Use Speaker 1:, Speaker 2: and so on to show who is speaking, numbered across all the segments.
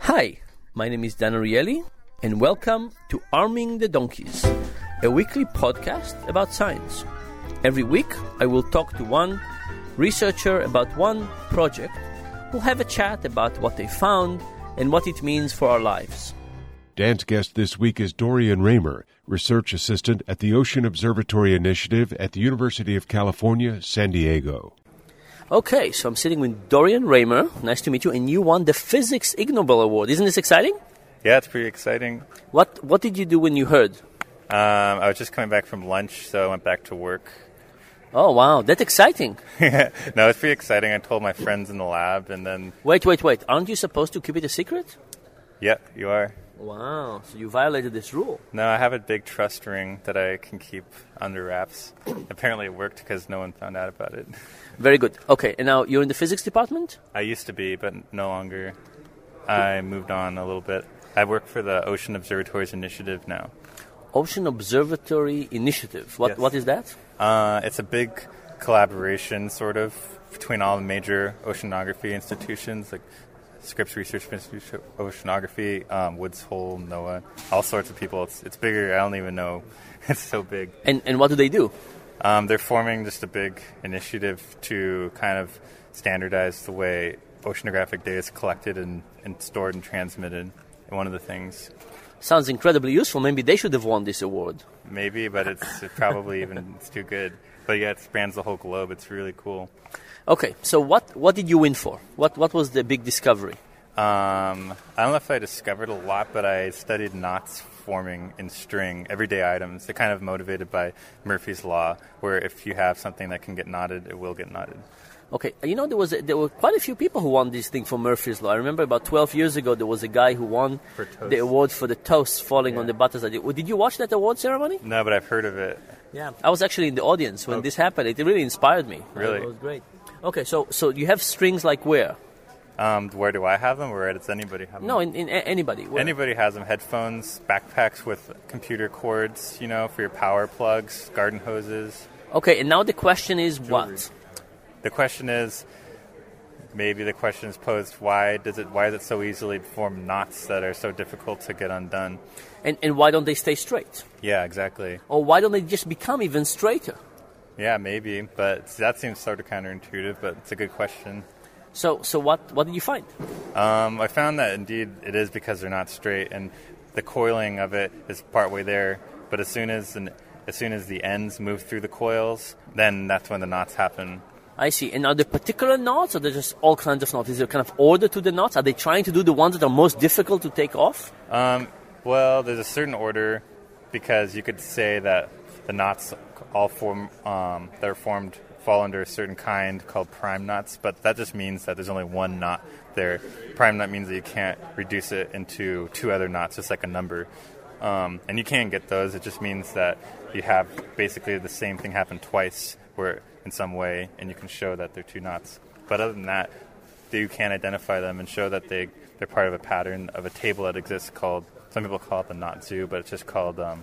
Speaker 1: Hi, my name is Dan Ariely, and welcome to Arming the Donkeys, a weekly podcast about science. Every week, I will talk to one researcher about one project. We'll have a chat about what they found and what it means for our lives.
Speaker 2: Dan's guest this week is Dorian Raymer, research assistant at the Ocean Observatory Initiative at the University of California, San Diego.
Speaker 1: Okay, so I'm sitting with Dorian Raymer. Nice to meet you. And you won the Physics Ig Nobel Award. Isn't this exciting?
Speaker 3: Yeah, it's pretty exciting.
Speaker 1: What What did you do when you heard?
Speaker 3: Um, I was just coming back from lunch, so I went back to work.
Speaker 1: Oh wow, that's exciting.
Speaker 3: No, it's pretty exciting. I told my friends in the lab, and then,
Speaker 1: Wait, wait, wait. Aren't you supposed to keep it a secret?
Speaker 3: yeah, you are.
Speaker 1: Wow, so you violated this rule.
Speaker 3: No, I have a big trust ring that I can keep under wraps. Apparently, it worked because no one found out about it.
Speaker 1: Very good. Okay, and now you're in the physics department?
Speaker 3: I used to be, but no longer. I moved on a little bit. I work for the Ocean Observatories Initiative now.
Speaker 1: Ocean Observatory Initiative. What
Speaker 3: Yes.
Speaker 1: what is that?
Speaker 3: Uh, it's a big collaboration, sort of, between all the major oceanography institutions like Scripps Research Institute for Oceanography, um, Woods Hole, NOAA, all sorts of people. It's, it's bigger. I don't even know. It's so big.
Speaker 1: And and what do they do?
Speaker 3: Um, they're forming just a big initiative to kind of standardize the way oceanographic data is collected and, and stored and transmitted. And one of the things,
Speaker 1: Sounds incredibly useful. Maybe they should have won this award.
Speaker 3: maybe, but it's probably even it's too good. But yeah, it spans the whole globe. It's really cool.
Speaker 1: Okay, so what what did you win for? What what was the big discovery?
Speaker 3: Um, I don't know if I discovered a lot, but I studied knots forming in string, everyday items. They're kind of motivated by Murphy's Law, where if you have something that can get knotted, it will get knotted.
Speaker 1: Okay, you know there was a, there were quite a few people who won this thing for Murphy's Law. I remember about 12 years ago there was a guy who won
Speaker 3: For toast.
Speaker 1: the award for the toast falling on the butterfly. Did did you watch that award ceremony?
Speaker 3: No, but I've heard of it.
Speaker 1: Yeah, I was actually in the audience when
Speaker 3: Oh.
Speaker 1: this happened. It really inspired me.
Speaker 3: Really?
Speaker 1: it was great. Okay, so so you have strings like where?
Speaker 3: Um, where do I have them? Where does anybody have them?
Speaker 1: No, in, in a- anybody. Where?
Speaker 3: Anybody has them. Headphones, backpacks with computer cords, you know, for your power plugs, garden hoses.
Speaker 1: Okay, and now the question is what?
Speaker 3: The question is, maybe the question is posed: Why does it? Why is it so easily form knots that are so difficult to get undone?
Speaker 1: And and why don't they stay straight?
Speaker 3: Yeah, exactly.
Speaker 1: Or why don't they just become even straighter?
Speaker 3: Yeah, maybe, but that seems sort of counterintuitive. But it's a good question.
Speaker 1: So so what what did you find?
Speaker 3: Um, I found that indeed it is because they're not straight, and the coiling of it is partway there. But as soon as an, as soon as the ends move through the coils, then that's when the knots happen.
Speaker 1: I see. And are there particular knots, or there's just all kinds of knots? Is there kind of order to the knots? Are they trying to do the ones that are most difficult to take off?
Speaker 3: Um, well, there's a certain order because you could say that the knots all form um, that are formed fall under a certain kind called prime knots, but that just means that there's only one knot there. Prime knot means that you can't reduce it into two other knots, just like a number. Um, and you can get those. It just means that you have basically the same thing happen twice, where in some way, and you can show that they're two knots. But other than that, that you can identify them and show that they they're part of a pattern of a table that exists called some people call it the knot zoo, but it's just called um,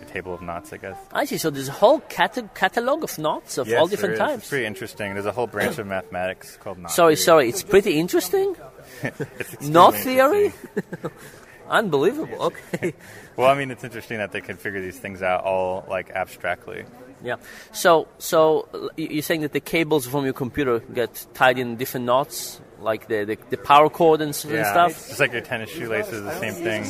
Speaker 3: a table of knots, I guess.
Speaker 1: I see. So there's a whole cata- catalog of knots of all different
Speaker 3: there is. It's
Speaker 1: types.
Speaker 3: pretty interesting. There's a whole branch of mathematics called knot.
Speaker 1: Sorry,
Speaker 3: theory.
Speaker 1: sorry. It's pretty interesting.
Speaker 3: It's extremely
Speaker 1: Knot theory?
Speaker 3: interesting.
Speaker 1: Unbelievable. Okay.
Speaker 3: Well, I mean, it's interesting that they can figure these things out all like abstractly.
Speaker 1: yeah. So so uh, you- you're saying that the cables from your computer get tied in different knots, like the the, the power cord and, s- and stuff.
Speaker 3: Just like your tennis shoelaces, the same thing.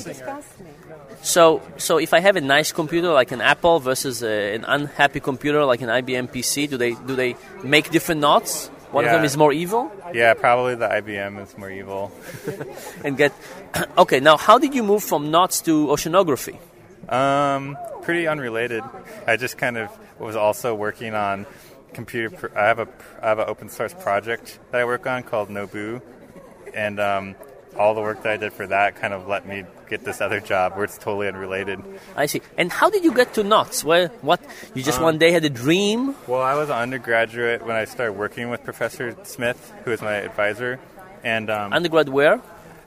Speaker 1: So so if I have a nice computer like an Apple versus a, an unhappy computer like an IBM PC, do they do they make different knots? One of
Speaker 3: Yeah.
Speaker 1: them is more evil
Speaker 3: Yeah, probably the IBM is more evil.
Speaker 1: and get okay. Now, how did you move from knots to oceanography?
Speaker 3: Um, pretty unrelated. I just kind of was also working on computer. Pr- I have a pr- I have an open source project that I work on called Nobu, and um, all the work that I did for that kind of let me get this other job where it's totally unrelated.
Speaker 1: I see. And how did you get to knots? Where what you just one day had a dream?
Speaker 3: Well, I was an undergraduate when I started working with Professor Smith, who is my advisor, and um,
Speaker 1: Undergrad where?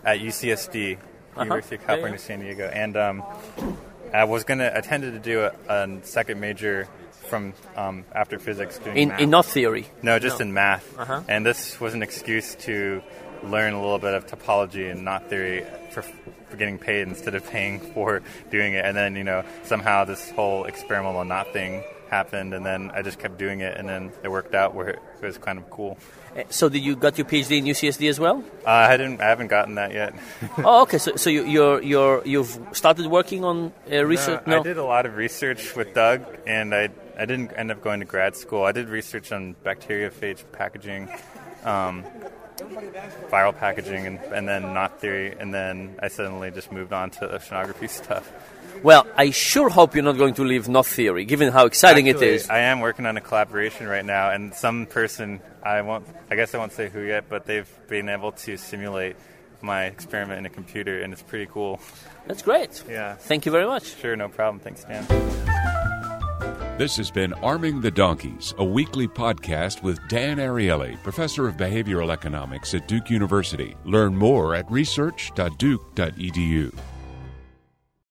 Speaker 3: at UCSD, University of
Speaker 1: Uh-huh. Yeah,
Speaker 3: California,
Speaker 1: yeah.
Speaker 3: San Diego, and um, I was gonna I tended to do a, a second major from um, after physics doing
Speaker 1: In
Speaker 3: math.
Speaker 1: in knot theory.
Speaker 3: No, just in math.
Speaker 1: Uh-huh.
Speaker 3: And this was an excuse to learn a little bit of topology and knot theory for, for getting paid instead of paying for doing it. And then, you know, somehow this whole experimental knot thing happened, and then I just kept doing it, and then it worked out where it was kind of cool.
Speaker 1: Uh, So did you got your PhD in UCSD as well?
Speaker 3: Uh, I didn't, I haven't gotten that yet.
Speaker 1: oh, okay. So, so you, you're you're you've started working on uh, research.
Speaker 3: I did a lot of research with Doug, and I I didn't end up going to grad school. I did research on bacteriophage packaging, um, viral packaging, and, and then knot theory, and then I suddenly just moved on to oceanography stuff.
Speaker 1: Well, I sure hope you're not going to leave no theory, given how exciting
Speaker 3: Actually,
Speaker 1: it is.
Speaker 3: I am working on a collaboration right now, and some person I won't I guess I won't say who yet, but they've been able to simulate my experiment in a computer, and it's pretty cool.
Speaker 1: That's great.
Speaker 3: Yeah.
Speaker 1: Thank you very much.
Speaker 3: Sure, no problem. Thanks, Dan.
Speaker 4: This has been Arming the Donkeys, a weekly podcast with Dan Ariely, professor of behavioral economics at Duke University. Learn more at research.duke.edu.